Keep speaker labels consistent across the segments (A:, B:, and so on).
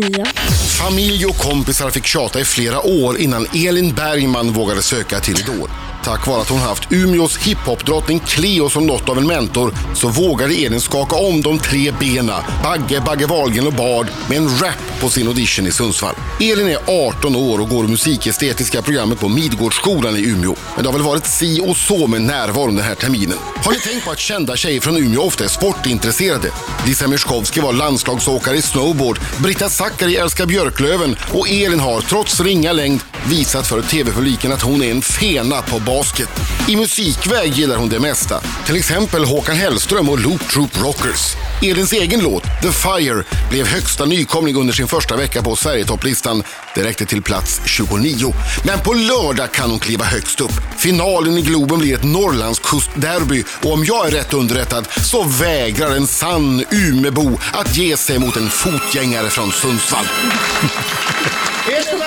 A: Ja.
B: Familj och kompisar fick tjata i flera år innan Elin Bergman vågade söka till Idol. Tack vare att hon haft Umeås hiphopdrottning Cleo som något av en mentor så vågade Elin skaka om de tre bena, Bagge, Bagge Wahlgren och Bard med en rap på sin audition i Sundsvall. Elin är 18 år och går musikestetiska programmet på Midgårdsskolan i Umeå. Men det har väl varit si och så med närvaron den här terminen. Har ni tänkt på att kända tjejer från Umeå ofta är sportintresserade? Lisa Myrskovsky var landslagsåkare i snowboard, Britta Zackari älskar Björklöven och Elin har, trots ringa längd, visat för tv-publiken att hon är en fena på basket. I musikväg gillar hon det mesta, till exempel Håkan Hellström och Loop Troop Rockers. Elins egen låt, The Fire, blev högsta nykomling under sin första vecka på Sverigetopplistan. Det räckte till plats 29. Men på lördag kan hon kliva högst upp. Finalen i Globen blir ett Norrlandskustderby och om jag är rätt underrättad så vägrar en sann Umebo att ge sig mot en fotgängare från Sundsvall.
C: Elin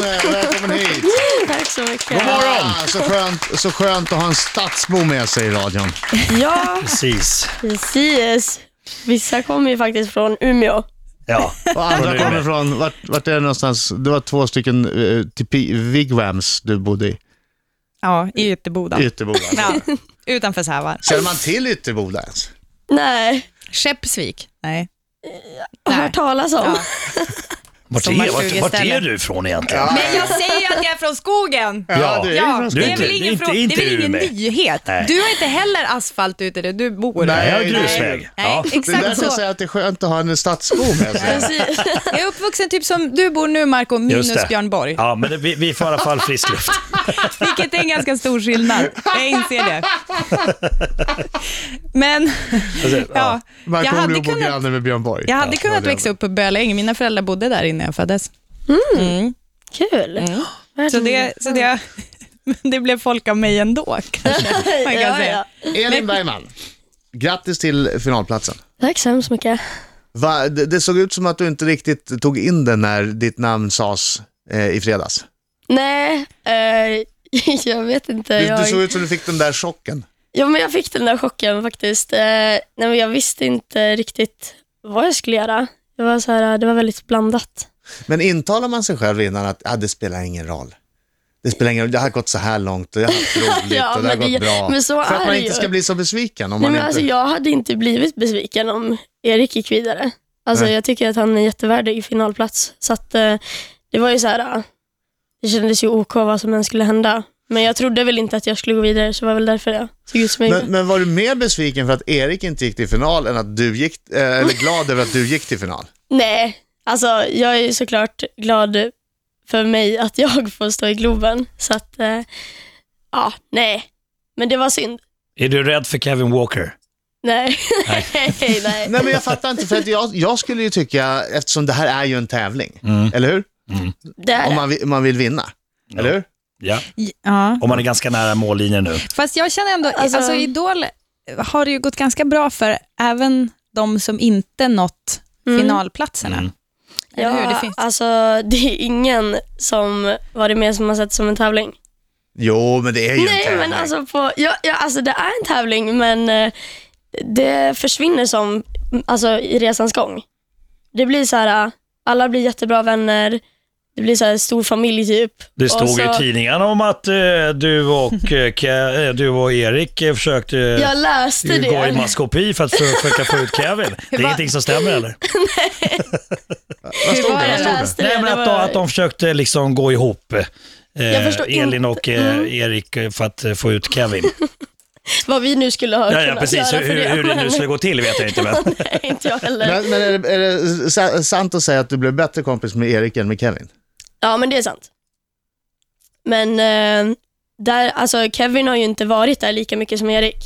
C: Bergman! Välkommen hit!
A: Tack så mycket.
C: God morgon! Så skönt, så skönt att ha en stadsbo med sig i radion.
A: Ja,
D: Precis.
A: precis. Vissa kommer ju faktiskt från Umeå.
D: Ja.
C: Och andra
D: Umeå.
C: kommer från, vart, vart är det någonstans? Det var två stycken eh, tipi, wigwams du bodde i. alltså.
E: Ja, i Ytterboda.
C: Ytterboda.
E: ja, utanför Sävar.
C: Känner man till Ytterboda ens?
A: Nej,
E: Skeppsvik? Nej.
A: har
E: Nej.
A: hört talas om.
E: Ja.
D: Vart är, vart, vart är du ifrån egentligen?
E: Men jag säger ju att jag är från skogen!
D: Ja.
C: det är ju
E: Ja,
C: från
D: Du är
E: det är
D: inte-
E: väl
D: det är
E: ingen,
D: inte-
E: frå-
D: inte
E: det är väl ingen
D: Umeå.
E: nyhet?
D: Nej.
E: Du har inte heller asfalt ute där du bor.
D: Nej, jag har
C: Nej,
D: grusväg.
E: Nej,
D: Ja.
C: Det är
E: exakt
C: därför jag
E: så.
C: säger att det är skönt att ha en stadsbo med sig.
A: Precis.
E: Jag är uppvuxen typ som du bor nu Marco,
D: Just
E: minus
D: det.
E: Björn Borg.
D: Ja, men det, vi, vi får i alla fall frisk luft.
E: Vilket är en ganska stor skillnad. Jag inser det. Men,
D: Alltså,
E: ja. Jag
C: Marko
E: hade
C: Olio bor
E: kunnat,
C: granne med Björn Borg.
E: jag hade
C: Ja,
E: kunnat
C: det är
E: växa upp på Böläng. Mina föräldrar bodde där innan jag föddes.
A: Kul.
E: Mm. Så det, så det, men det blev folk av mig ändå, kanske man kan
A: Ja,
E: säga.
A: ja.
C: det. Elin Bergman, grattis till finalplatsen.
A: Tack så hemskt mycket.
C: Va, det, det såg ut som att du inte riktigt tog in den när ditt namn sades eh, i fredags.
A: Nej, eh, jag vet inte.
C: Du, du
A: jag...
C: såg ut som du fick den där chocken.
A: Ja, men jag fick den där chocken faktiskt. Eh, nej, men jag visste inte riktigt vad jag skulle göra. Det var, så här, det var väldigt blandat.
C: Men intalar man sig själv innan att ah, det spelar ingen roll. Det spelar ingen roll, det har gått så här långt och jag har haft roligt
A: Ja,
C: och det har
A: men
C: gått
A: det-
C: bra.
A: men så
C: För
A: är
C: att man
A: det
C: inte
A: ju.
C: ska bli så besviken om
A: Nej,
C: man
A: men
C: inte...
A: alltså, jag hade inte blivit besviken om Erik gick vidare. Alltså,
C: Nej.
A: jag tycker att han är jättevärdig i finalplats. Så att, eh, det var ju så här, eh, det kändes ju OK vad som än skulle hända. Men jag trodde väl inte att jag skulle gå vidare, så det var väl därför jag såg ut som jag
C: Men,
A: gjorde.
C: men var du mer besviken för att Erik inte gick till final än att du gick, eh, eller glad över att du gick till final?
A: Nej, alltså jag är ju såklart glad för mig att jag får stå i Globen. Så att, eh, ja, nej. Men det var synd.
D: Är du rädd för Kevin Walker?
A: Nej, nej, nej.
C: Nej men jag fattar inte, för att jag, jag skulle ju tycka, eftersom det här är ju en tävling, eller hur?
A: Det är
C: Om
A: det.
C: man, vill- man vill vinna, eller hur?
D: Ja.
E: Ja.
D: Om man är ganska nära mållinjen nu.
E: Fast jag känner ändå,
A: Alltså-
E: alltså, Idol har det ju gått ganska bra för även de som inte nått finalplatserna. Eller hur?
A: Ja,
E: Det finns.
A: alltså det är ingen som varit med som har sett som en tävling.
C: Jo, men det är ju en
A: Nej,
C: tävling.
A: men alltså, på, ja, ja, alltså det är en tävling, men eh, det försvinner som alltså, i resans gång. Det blir så här, eh, alla blir jättebra vänner, det blir så här stor familj typ.
D: Det
A: Och
D: stod
A: så,
D: i tidningarna om att eh, du, och, eh, Ke- eh, du och Erik eh, försökte eh,
A: Jag läste
D: gå i
A: det.
D: maskopi för att för- försöka få ut Kevin. Det är ingenting som stämmer eller?
C: Vad stod
E: Hur var
C: det?
A: Jag
C: Vad
E: det
C: stod det?
A: läste det.
D: Nej, men
A: det
D: att de,
A: var-
D: att de försökte liksom gå ihop. Eh,
A: Jag förstår
D: Elin
A: inte- Mm.
D: och eh, Erik eh, för att eh, få ut Kevin.
A: Vad vi nu skulle ha
D: Ja, ja
A: kunnat
D: precis.
A: göra
D: Hur,
A: för det.
D: hur det nu
A: men-
D: skulle gå till vet jag inte. Men.
A: Nej, inte jag heller.
C: Men, men är, det, är det sa- sant att säga att du blev bättre kompis med Erik än med Kevin?
A: Ja, men det är sant. Men eh, där, alltså, Kevin har ju inte varit där lika mycket som Erik.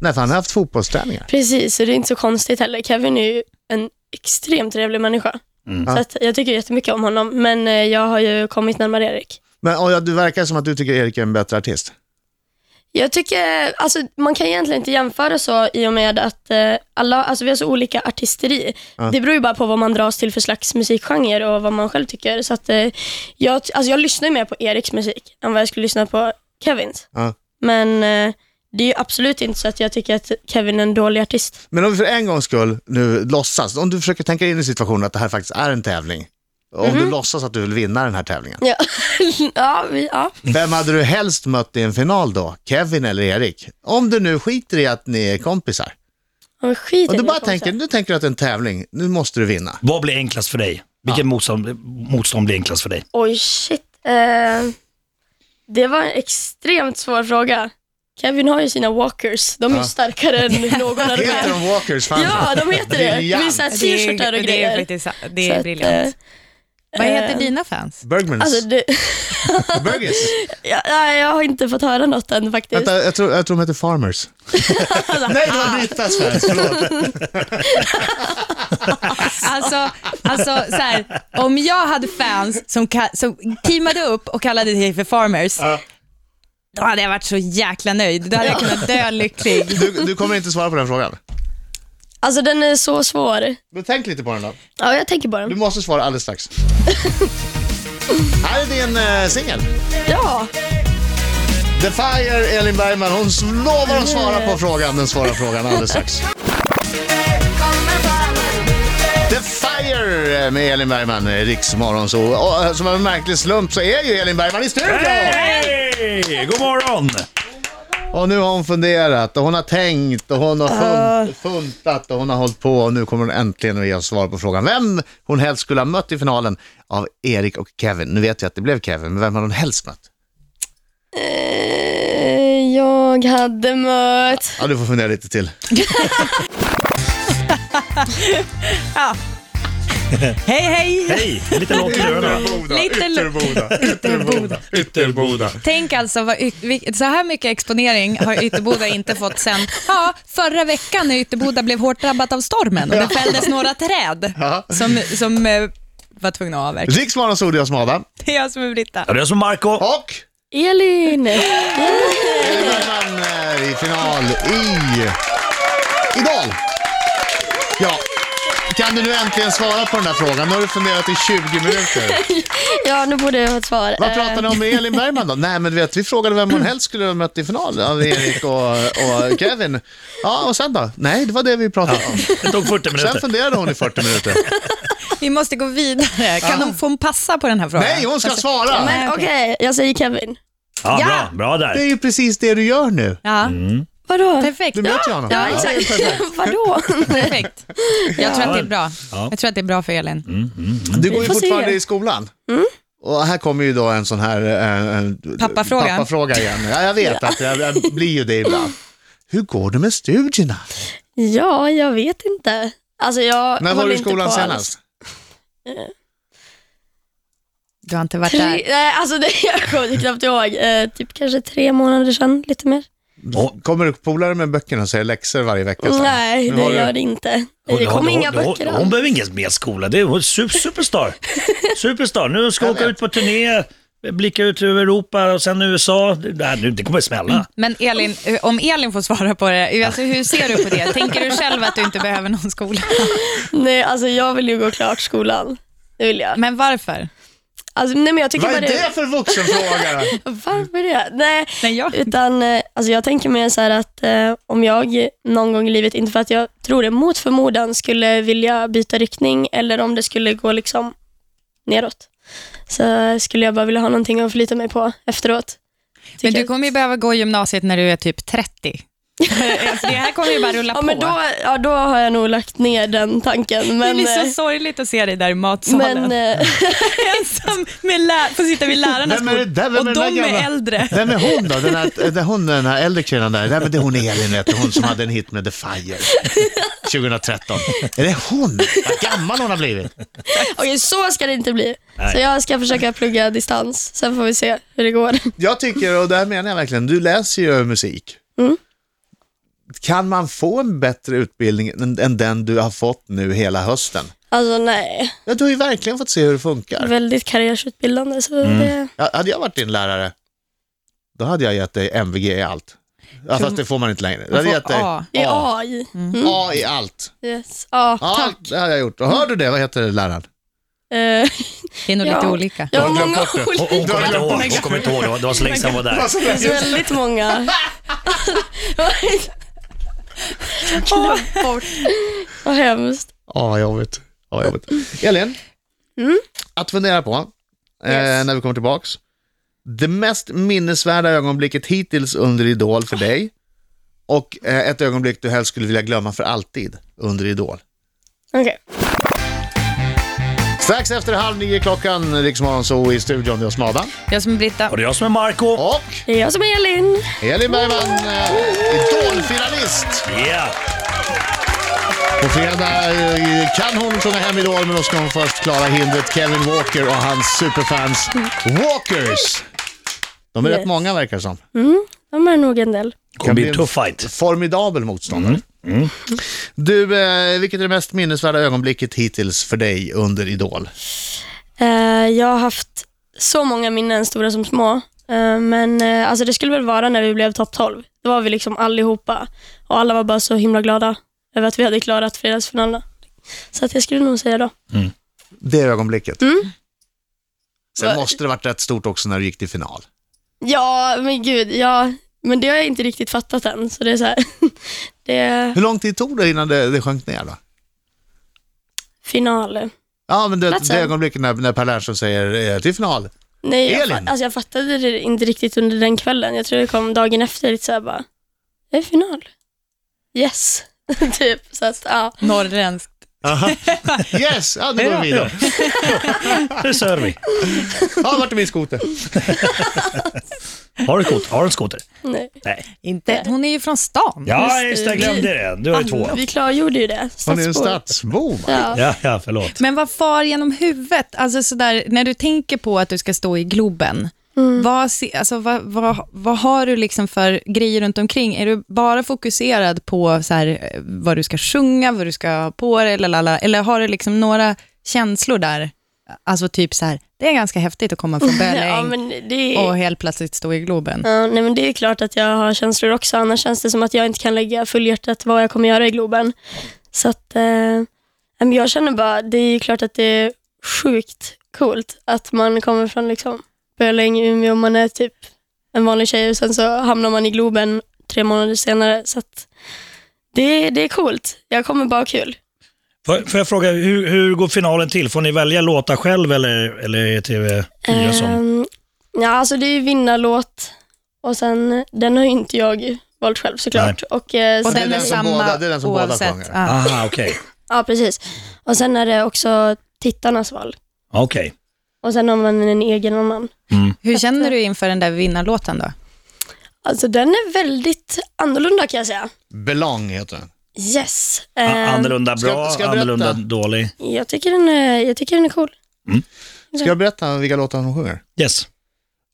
C: Nej, för han har haft fotbollsträningar.
A: Precis, så det är inte så konstigt heller. Kevin är ju en extremt trevlig människa. Så att jag tycker jättemycket om honom, men eh, jag har ju kommit närmare Erik.
C: Men och, ja, du verkar som att du tycker Erik är en bättre artist.
A: Jag tycker, alltså man kan egentligen inte jämföra så i och med att eh, alla, alltså vi har så olika artisteri. Det beror ju bara på vad man dras till för slags musikgenre och vad man själv tycker. Så att eh, jag, alltså jag lyssnar ju mer på Eriks musik än vad jag skulle lyssna på Kevins.
C: Ja.
A: Men eh, det är ju absolut inte så att jag tycker att Kevin är en dålig artist.
C: Men om vi för en gångs skull nu låtsas, om du försöker tänka in i situationen att det här faktiskt är en tävling. Om
A: Mhm.
C: du låtsas att du vill vinna den här tävlingen.
A: Ja, ja, vi, ja.
C: Vem hade du helst mött i en final då? Kevin eller Erik? Om du nu skiter i att ni är kompisar.
A: Ja, Men skit i
C: Och du
A: det,
C: bara
A: jag kommer
C: tänker,
A: säga.
C: nu tänker du att det är en tävling, nu måste du vinna.
D: Vad blir enklast för dig? Vilken motstånd, motstånd blir enklast för dig?
A: Oj, shit. Eh, det var en extremt svår fråga. Kevin har ju sina walkers. De är ju starkare än någon av de
C: Heter
A: här.
C: de Walkers? Fan.
A: Ja, de heter det. Det är
C: Briljant.
A: såhär t-shirtar och
F: Det är,
A: grejer.
F: faktiskt,
A: Så
F: det
A: att,
F: är
A: eh,
F: briljant.
E: Vad heter
A: Eh,
E: dina fans?
C: Bergmans.
A: Alltså, det,
C: Burgers.
A: jag, nej, jag har inte fått höra något än faktiskt.
C: Vänta, jag tror, jag tror de heter Farmers. Nej, det var Brittas fans, förlåt.
E: Alltså, alltså så här, om jag hade fans som, ka- som teamade upp och kallade dig för farmers, då hade jag varit så jäkla nöjd. Då hade jag kunnat dö lycklig.
C: Du, du kommer inte svara på den frågan.
A: Alltså den är så svår.
C: Men tänk lite på den då.
A: Ja, jag tänker på
C: Du
A: den.
C: måste svara alldeles strax. Här är din eh, singel.
A: Ja,
C: The Fire, Elin Bergman. Hon s- lovar att svara på frågan, den svåra frågan alldeles strax. The Fire med Elin Bergman, eh, Riks Morgonzoo. Och, eh, Som av en märklig slump så är ju Elin Bergman i studion!
D: Hej! God morgon!
C: Och nu har hon funderat och hon har tänkt och hon har fun- funtat och hon har hållit på och nu kommer hon äntligen att ge oss svar på frågan vem hon helst skulle ha mött i finalen av Erik och Kevin. Nu vet jag att det blev Kevin, men vem har hon helst mött?
A: eh, jag hade mött...
C: Ja, du får fundera lite till.
E: Hej, hej!
D: Hej! Lite lågt i rören.
E: Lite l- Ytterboda.
C: Ytterboda.
E: Tänk alltså, vad yt- vil- så här mycket exponering har Ytterboda inte fått sen ja, förra veckan när Ytterboda blev hårt drabbat av stormen och det fälldes några träd
C: Ja.
E: som, som eh, var tvungna att avverka.
C: Riks Morgonzoo, det är jag som är Adam.
E: Det är jag som är Britta.
D: Ja, det är som Marco.
C: Och
A: Elin!
C: Elin Bergman eh, i final i Idol. Ja, kan du nu äntligen svara på den här frågan? Nu har du funderat i 20 minuter.
A: Ja, nu borde jag ha ett svar.
C: Vad pratade ni om med Elin Bergman då? Nej men du vet, vi frågade vem hon helst skulle ha mött i final av Erik och, och Kevin. Ja, och sen då? Nej, det var det vi pratade om.
D: Det tog 40
C: Sen
D: minuter.
C: funderade hon i 40 minuter.
E: Vi måste gå vidare. Kan hon få en passa på den här frågan?
C: Nej, hon ska
E: Alltså,
C: svara!
A: Men Eh, okej, jag säger Kevin.
D: Ja,
E: Ja.
D: bra. Bra
C: Det är
D: där.
C: ju precis det du gör nu.
E: Ja,
C: Mm.
A: Vadå?
E: perfekt.
C: Du möter ju honom.
A: Ja, exakt. Vadå?
E: Perfekt. Jag tror att det är bra.
D: Ja.
E: Jag tror att det är bra för Elin.
C: Du går
A: Vi
C: ju
A: får se. Mm.
C: fortfarande i skolan. Och här kommer ju då en sån här eh, en,
E: Pappafråga.
C: pappafråga igen. Ja, jag vet att jag, jag blir ju det ibland. Hur går det med studierna?
A: Ja, jag vet inte. Alltså jag
C: När var
A: håller
C: du i
A: inte
C: skolan
A: på alls.
C: senast?
E: Du har inte varit
A: Tre,
E: där.
A: nej, alltså det, jag kommer knappt ihåg. Eh, typ kanske tre månader sedan, lite mer.
C: Kommer du polare med böckerna och säger läxor varje vecka? sen?
A: Nej,
C: Nu har
A: det
C: du-
A: gör det inte. Det
D: Hon-
A: kom
D: hon-
A: inga
D: hon-
A: böcker
D: Hon,
A: alls.
D: hon behöver ingen mer skola. Det är hon är su- superstar. Superstar. Nu ska hon åka ut på turné, blicka ut över Europa och sen USA. Det, det här- det kommer smälla.
E: Men Elin, eh, om Elin får svara på det, alltså hur ser du på det? Tänker du själv att du inte behöver någon skola?
A: Nej, alltså jag vill ju gå klart skolan. Det vill jag.
E: Men varför?
A: Alltså, nej, men jag tycker
C: Vad är
A: bara
C: det för vuxenfråga?
A: Varför det? Nej,
E: Nej, jag-
A: utan eh, alltså jag tänker mer så här att eh, om jag någon gång i livet, inte för att jag tror det, mot förmodan skulle vilja byta riktning eller om det skulle gå liksom neråt, så skulle jag bara vilja ha någonting att förlita mig på efteråt.
E: Men
A: tycker
E: du
A: jag.
E: kommer ju behöva gå i gymnasiet när du är typ 30. Alltså, det här kommer ju bara rulla
A: Ja,
E: på.
A: men då, ja, då har jag nog lagt ner den tanken. Men,
E: det blir
A: eh,
E: så sorgligt att se dig där i matsalen.
A: men eh,
E: Ensam med lä- får sitta vid lärarnas
C: Vem är det
E: bord.
C: där? Vem
E: Och
C: är den
E: de
C: där
E: är
C: gamla-
E: äldre.
C: Vem är hon då? Den, här, den, hon, den här äldre kvinnan där. Nej, men det är hon Elin, vet du. hon som hade en hit med The Fire 2013. Är det hon? Vad gammal hon har blivit.
A: okej, så ska det inte bli.
D: Nej.
A: Så jag ska försöka plugga distans, sen får vi se hur det går.
C: Jag tycker, och det här menar jag verkligen, du läser ju musik. Kan man få en bättre utbildning än, än den du har fått nu hela hösten?
A: Alltså nej,
C: Ja, du har ju verkligen fått se hur det funkar.
A: väldigt karriärsutbildande. Så det,
C: Ja, hade jag varit din lärare, då hade jag gett dig MVG i allt. Ja, fast det får man inte längre. Jag hade gett dig
E: Ja.
A: det
C: A. Mm.
A: är AI.
C: A i allt.
A: Yes. Ja,
C: Ja,
A: tack.
C: det hade jag gjort. Och hör du det? Vad heter läraren?
A: Eh,
E: Det är nog lite
A: Ja.
E: olika.
A: jag
C: Har
A: har
C: du glömt
A: många
C: bort det?
D: Hon, hon
A: olika,
D: kommer inte ihåg. Hon kommer inte ihåg. Det var- det var så länge sedan hon var där.
A: väldigt många. Åh, Vad hemskt.
C: Ja, vad jobbigt. Ja, vad jobbigt. Elin,
A: Mm.
C: att fundera på eh,
A: Yes.
C: när vi kommer tillbaks. Det mest minnesvärda ögonblicket hittills under Idol för dig och eh, ett ögonblick du helst skulle vilja glömma för alltid under Idol.
A: Okej.
C: Strax efter halv nio klockan, Riksmorgon så i studion, det är oss Maddan
E: Jag som är Britta.
D: Och det är jag som är Marco.
C: och
A: Det är jag som är Elin.
C: Elin Bergman, eh, Idolfinalist.
D: Yeah.
C: På fredag eh, kan hon sjunga hem Idol, men då ska hon först klara hindret Kevin Walker och hans superfans Walkers. De är
A: Yes.
C: rätt många verkar det som.
A: De är nog en del.
D: Det kommer bli
C: bli
D: en
C: en
D: tuff fight.
C: Formidabel motståndare.
A: Mm.
C: Mm. Du, eh, vilket är det mest minnesvärda ögonblicket hittills för dig under Idol?
A: Eh, jag har haft så många minnen, stora som små. Eh, men eh, alltså det skulle väl vara när vi blev topp 12. Då var vi liksom allihopa och alla var bara så himla glada över att vi hade klarat fredagsfinalerna. Så att jag skulle nog säga då.
C: Det ögonblicket.
A: Mm.
C: Sen
A: Va-
C: måste det varit rätt stort också när du gick till final.
A: Ja, men gud. Ja, men det har jag inte riktigt fattat än. Så det är så här. Det
C: Hur lång tid tog det innan det, det sjönk ner då?
A: final.
C: Ja, men det, det
A: Platsen.
C: ögonblicket när, när Per Lernström säger eh, till final.
A: Nej, jag, fa-
C: Elin?
A: alltså jag fattade det inte riktigt under den kvällen. Jag tror det kom dagen efter lite så här bara, det är final. Yes, typ. Så att, ja.
E: Norrländskt.
C: Yes, ja, nu går vi vidare.
D: Det ser vi.
C: Ja, vart är min skoter?
D: Har du skoter? Har du en skoter?
A: Nej.
D: Nej.
E: Inte. Hon är ju från stan.
D: Ja, just det. Jag glömde det. Du har ju två.
A: Vi klargjorde ju det.
C: Hon är en
A: Stadsbor.
C: stadsbo. va?
A: Ja.
D: Ja, ja, förlåt.
E: Men vad far genom huvudet? Alltså sådär, när du tänker på att du ska stå i Globen,
C: Mm.
E: vad, se, alltså, vad, vad, vad har du liksom för grejer runt omkring? Är du bara fokuserad på så här, eh, vad du ska sjunga, vad du ska ha på dig, eller, lala, eller har du liksom några känslor där? Alltså typ så här, det är ganska häftigt att komma från Böläng
A: Ja, men det,
E: och helt plötsligt stå i Globen.
A: ja, nej, men det är klart att jag har känslor också, annars känns det som att jag inte kan lägga fullhjärtat vad jag kommer göra i Globen. Så att, eh, nej, men jag känner bara, det är ju klart att det är sjukt coolt att man kommer från liksom Böling, Umeå, man är typ en vanlig tjej och sen så hamnar man i Globen tre månader senare. Så att det, det är coolt. Jag kommer bara ha kul.
D: Får, får jag fråga, hur, hur går finalen till? Får ni välja låtar själv eller, eller är det TV4 som...
A: Ehm, ja, alltså det är ju vinnarlåt och sen den har ju inte jag valt själv såklart. Och, eh,
E: Och
A: sen,
C: det är
E: den är
C: den som
E: samma
C: båda- det är den som båda
E: oavsett.
C: sjunger.
E: Ja.
D: Aha, okej.
A: Ja, precis. Och sen är det också tittarnas val.
D: Okej.
A: Och sen har man en egen annan.
E: Hur känner du inför den där vinnarlåten då?
A: Alltså den är väldigt annorlunda kan jag säga.
C: Belong heter den.
A: Yes.
D: A-
A: Ehm,
D: Annorlunda
C: Ska-
D: bra,
C: ska jag berätta?
D: annorlunda dålig.
A: jag, tycker den är, jag tycker den är cool.
C: Ska jag berätta vilka låtar hon sjunger?
D: Yes.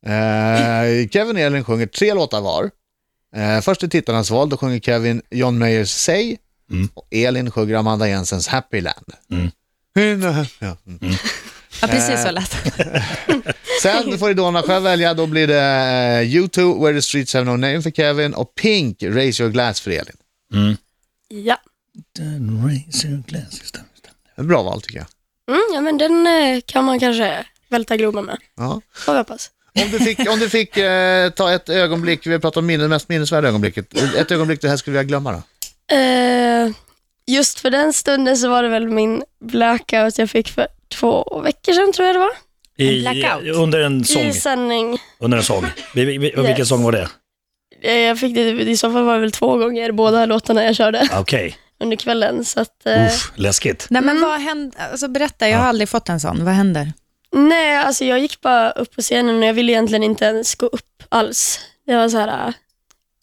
C: Eh, Kevin och Elin sjunger tre låtar var. Eh, först är Tittarnas val, då sjunger Kevin John Mayers Say och Elin sjunger Amanda Jensens Happy Land. eh, Ja.
E: Ja, precis så lät det.
C: Sen får Idolna själv välja, då blir det eh, U2, Where the Streets Have No Name för Kevin och Pink, Raise Your Glass för Elin.
D: Mm.
A: Ja,
C: Ett bra val tycker jag.
A: mm, ja men den eh, kan man kanske välta Globen med.
C: Ja.
A: Får vi hoppas.
C: Om du fick, om du fick eh, ta ett ögonblick, vi har pratat om minne, mest minnesvärda ögonblicket, ett ögonblick du här skulle vilja glömma då?
A: Eh, just för den stunden så var det väl min blackout jag fick för två veckor sedan tror jag det var.
D: I,
E: blackout.
D: under en sång.
A: I sändning.
D: Under en sång. Vi, vi, vi, Vilken
A: Yes.
D: sång var det?
A: Eh, Jag fick det, i så fall var det väl två gånger, båda låtarna jag körde
D: Okej.
A: under kvällen. Så att, eh,
D: Uff, läskigt.
E: Nej,
C: Mm.
E: men vad händer? Alltså, berätta, jag har aldrig fått en sån. Vad händer?
A: nej, alltså jag gick bara upp på scenen och jag ville egentligen inte ens gå upp alls. Det var så här, eh,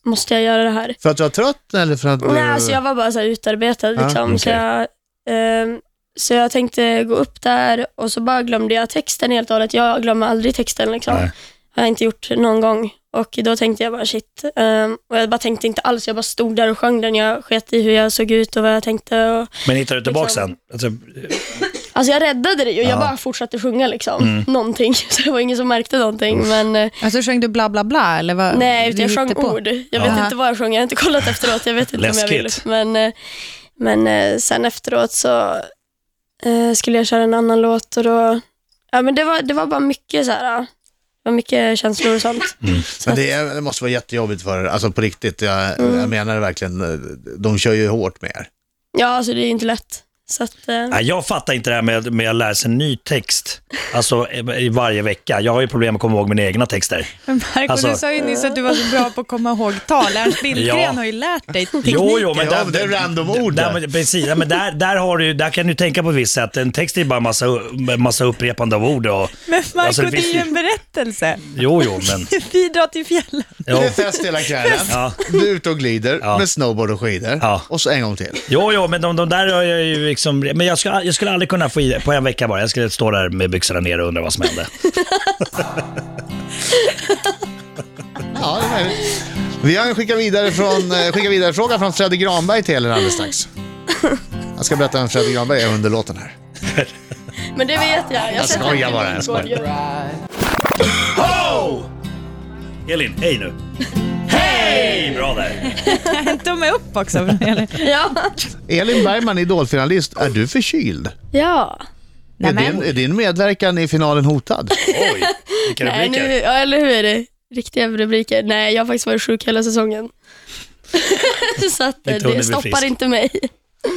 A: måste jag göra det här?
C: För att du var trött eller för att du...
A: Nej, alltså jag var bara så här utarbetad liksom. så,
D: Mm. okej.
A: jag, ehm, så jag tänkte gå upp där och så bara glömde jag texten helt och hållet. Jag glömmer aldrig texten liksom.
D: Nej.
A: Har jag inte gjort någon gång. Och då tänkte jag bara shit. Ehm, och jag bara tänkte inte alls. Jag bara stod där och sjöng den. Jag sket i hur jag såg ut och vad jag tänkte. Och,
D: Men hittade du tillbaka
A: Liksom.
D: sen? Alltså,
A: alltså jag räddade det ju. Jag bara fortsatte sjunga liksom.
D: Mm.
A: Någonting. Så det var ingen som märkte någonting. Men eh,
E: Alltså sjöng du bla bla bla eller vad?
A: nej, utan
E: du
A: jag sjöng
E: hittade på?
A: ord. Jag
D: Ja.
A: vet inte vad jag sjöng. Jag har inte kollat efteråt. Jag vet inte om jag vill.
D: Läskigt.
A: Men, eh, men eh, sen efteråt så eh, skulle jag köra en annan låt och då, ja men det var, det var bara mycket så här, Det var mycket känslor och sånt.
C: Men det, är, det måste vara jättejobbigt för er, alltså på riktigt, jag,
E: Mm.
C: jag menar det verkligen, de kör ju hårt med er.
A: Ja, alltså det är ju inte lätt. Så att, eh,
D: Nej, jag fattar inte det här med, med att lära sig ny text alltså, i varje vecka. Jag har ju problem att komma ihåg mina egna texter.
E: Men Marco,
D: Alltså-
E: du sa ju nyss att du var så bra på att komma ihåg tal. Ernst Billgren
D: Ja.
E: har ju lärt dig tekniken.
D: Jo, jo, men
C: Ja, men det är random-ord
D: Där,
C: där.
D: men, precis, ja, men där, där, har du, där kan du tänka på ett visst sätt. En text är bara massa, massa upprepande av ord. Och,
E: Men Marco,
D: Alltså, det
E: det är ju
D: finns- Mm.
E: en berättelse.
D: jo, jo, men...
E: Vi drar till fjällen.
C: Det
D: Jo,
C: är fest hela kvällen,
D: Ja.
C: du är ute och glider
D: Ja.
C: med snowboard och skidor,
D: Ja.
C: och så en gång till.
D: jo, jo men de, de där har jag ju liksom... Men jag, ska, jag skulle aldrig kunna få i det på en vecka bara. Jag skulle stå där med byxorna ner och undra vad som hände.
C: Ja, det är möjligt. Vi har en skicka vidare, från, eh, skicka vidare fråga från Fredrik Granberg till er alldeles strax. Jag ska berätta vem Fredrik Granberg är under låten här.
A: men det vet jag. Jag, jag
C: skojar bara, jag
A: skojar.
D: Ho! Elin, hej nu. Hej! Bra där.
E: En tumme upp också. Eller?
A: Ja.
C: Elin Bergman, idolfinalist, är du förkyld?
A: ja.
C: Är din, är din medverkan i finalen hotad?
D: Oj, vilka
A: Nej, nu,
D: rubriker.
A: ja, eller hur är det? Riktiga rubriker. Nej, jag har faktiskt varit sjuk hela säsongen. så att, eh,
D: Inte hunnit
A: det
D: bli
A: stoppar
D: frisk.
A: inte mig.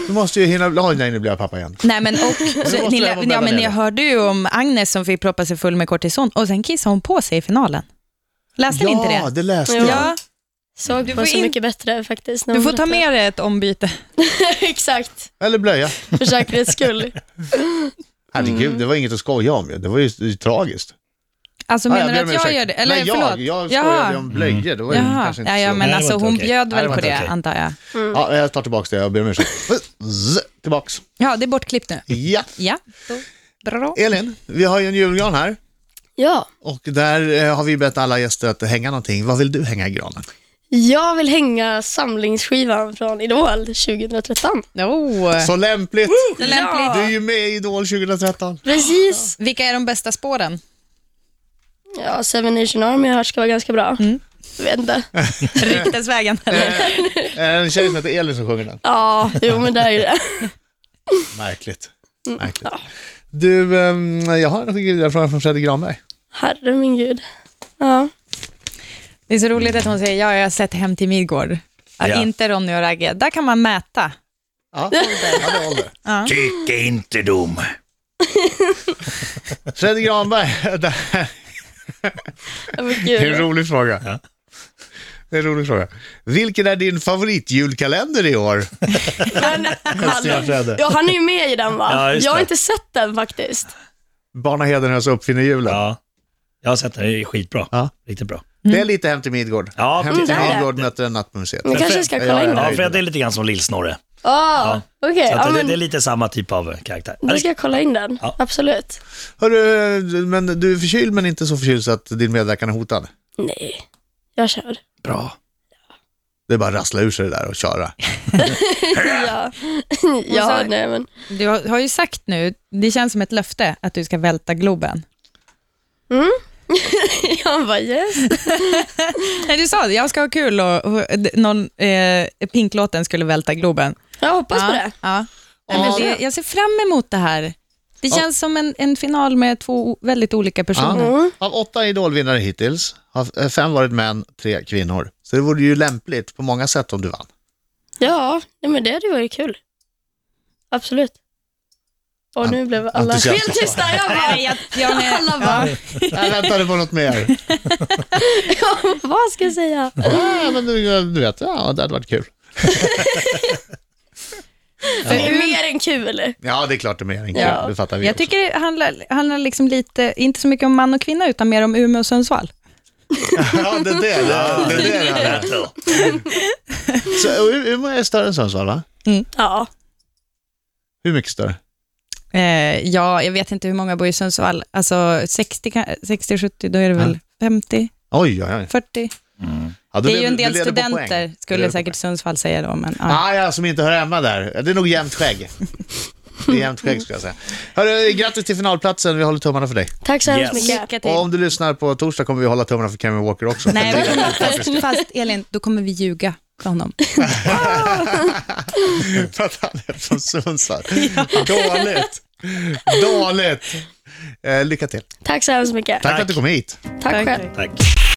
C: Du måste ju hinna... Oj, nej, nu blir jag pappa igen.
E: Nej, men och, så,
C: måste
E: ni,
C: jag vara
E: ja,
C: med
E: men ni
C: där.
E: hörde ju om Agnes som fick proppa sig full med kortison och sen kissade hon på sig i finalen. Läste ni inte
C: Ja,
E: det?
C: det läste jag.
E: Ja,
A: Såg
E: Du
A: på
E: får
A: Så
E: in-
A: mycket bättre faktiskt. när
E: du
A: hon
E: får ta
A: berättade.
E: med dig ett ombyte.
A: Exakt,
C: Eller blöja.
A: för säkerhets skull.
C: Herregud, det var inget att skoja om ju. Det var ju det var ju tragiskt.
E: Alltså
C: Ja,
E: menar du
C: ber
E: att
C: om
E: jag
C: ursäkt.
E: gör det? Eller
C: Nej,
E: förlåt? Mm.
C: jag, jag skojade ju om blöjor. Det var ju
E: Jaha.
C: kanske inte
E: Ja, ja,
C: så.
E: men
D: Nej, det
E: alltså
D: var
E: hon
D: inte okej.
E: bjöd
D: Nej, det
E: väl
D: var
E: på
D: inte
E: det,
D: okej.
E: antar jag.
C: Ja, jag tar tillbaka det. Jag ber om ursäkt. Zzz, Tillbaks.
E: Ja, det är bortklippt nu.
C: Ja.
E: Ja, då. Bra.
C: Elin, vi har ju en julgran här.
A: Ja,
C: Och där eh, har vi bett alla gäster att hänga någonting. Vad vill du hänga i granen?
A: jag vill hänga samlingsskivan från Idol 2013.
E: Oh.
C: Så lämpligt!
E: Lämpligt.
C: Du är ju med i Idol 2013.
A: Precis.
E: Vilka är de bästa spåren?
A: Ja, Seven Nation Army har jag hört ska vara ganska bra. Jag vet inte.
E: Ryktesvägen, eller?
C: Är det Eh, en tjej som heter Elin som sjunger den?
A: Ja, jo men det är ju det.
C: Märkligt.
E: Mm.
C: Märkligt. Du, ehm, jag har en skickad vidare fråga från Fredrik Granberg.
A: Herre min gud. Ja.
E: Det är så roligt att hon säger, ja, jag har sett Hem till Midgård. Ja,
D: Ja.
E: Inte Ronny och Ragge. Där kan man mäta.
C: Ja, ja, det håller.
D: Tycke inte dom.
C: Fredrik Granberg, det här
A: Oh,
C: Det är en
A: gud.
C: rolig fråga.
D: Ja.
C: Det är en rolig fråga. Vilken är din favoritjulkalender i år? Sten Fredde.
A: Ja, han är ju med i den va?
D: Ja, just
A: jag har
D: det.
A: inte sett den faktiskt.
C: Barna Hedenhös uppfinner julen.
D: Ja, jag har sett den. Det är skitbra.
C: Ja.
D: Riktigt bra.
C: Det är lite Hem till Midgård.
D: Ja,
C: hem till
A: det är det.
C: Midgård möter en natt på museet.
A: Men kanske ska kolla in den.
D: Ja, för det är lite grann som Lill-Snorre.
A: Ah, okej.
D: Så att
A: Ja,
D: det,
A: men
D: det är lite samma typ av karaktär.
A: då ska jag kolla in den.
D: Ja.
A: Absolut.
C: Hörru, men du är förkyld men inte så förkyld så att din medverkan är hotad.
A: Nej, jag kör.
C: Bra. Det är bara att rassla ur sig det där och köra.
A: Ja,
E: sa-
A: ja nej men.
E: Du har har ju sagt nu, det känns som ett löfte, att du ska välta Globen.
A: Jag bara yes.
E: Nej, du sa det, jag ska ha kul och, och d- någon, eh, Pinklåten skulle välta Globen.
A: Jag hoppas
E: ja,
A: på det.
E: Ja. Nej, men det. Jag ser fram emot det här. Det känns som en, en final med två o- väldigt olika personer.
C: Ja. Av åtta idolvinnare hittills har eh, fem varit män, tre kvinnor. Så det vore ju lämpligt på många sätt om du vann.
A: Ja, nej, men det hade ju varit kul. Absolut. Och nu blev alla
C: entusiastisk.
A: helt tysta. Jag bara,
E: Nej, jag, jag med.
A: alla bara,
C: Jag väntade på något mer.
A: ja, vad ska jag säga?
C: Ja, men du, du vet, ja, det hade varit kul.
A: Det är mer än kul.
C: Ja, det är klart det är mer än kul.
A: Ja.
C: Det fattar vi
E: jag
C: också.
E: tycker det handlar, handlar liksom lite, inte så mycket om man och kvinna, utan mer om Umeå och Sundsvall.
C: Ja, det är det. det, är det, det, är.
D: Battle.
C: Så, U- Umeå är större än Sundsvall, va?
A: Ja,
C: Hur mycket större?
E: Eh, ja, jag vet inte hur många bor i Sundsvall. Alltså 60, ka- 60 70, då är det väl 50,
C: Oj, oj, oj.
E: 40.
C: Ja, då
E: Det är ju
C: leder-
E: en
C: du
E: del
C: leder på poäng.
E: studenter,
C: Du leder
E: skulle
C: på
E: säkert Sundsvall säga då. Men, ja.
C: poäng. Ah, ja, som inte hör hemma där. Det är nog jämnt skägg. Det är jämnt skägg, ska jag säga. Hörru, grattis till finalplatsen. Vi håller tummarna för dig.
A: tack så hemskt
D: Yes.
A: mycket.
E: Lycka till.
C: Och om du lyssnar på torsdag kommer vi hålla tummarna för Kevin Walker också.
E: Nej,
C: Det är
E: fast, fast Elin, då kommer vi ljuga för honom.
C: för att han är från Sundsvall. Dåligt. Dåligt. Eh, lycka till. Tack,
A: Tack så hemskt mycket.
C: för att du kom hit.
A: Tack
E: Tack.
A: själv.
D: Tack.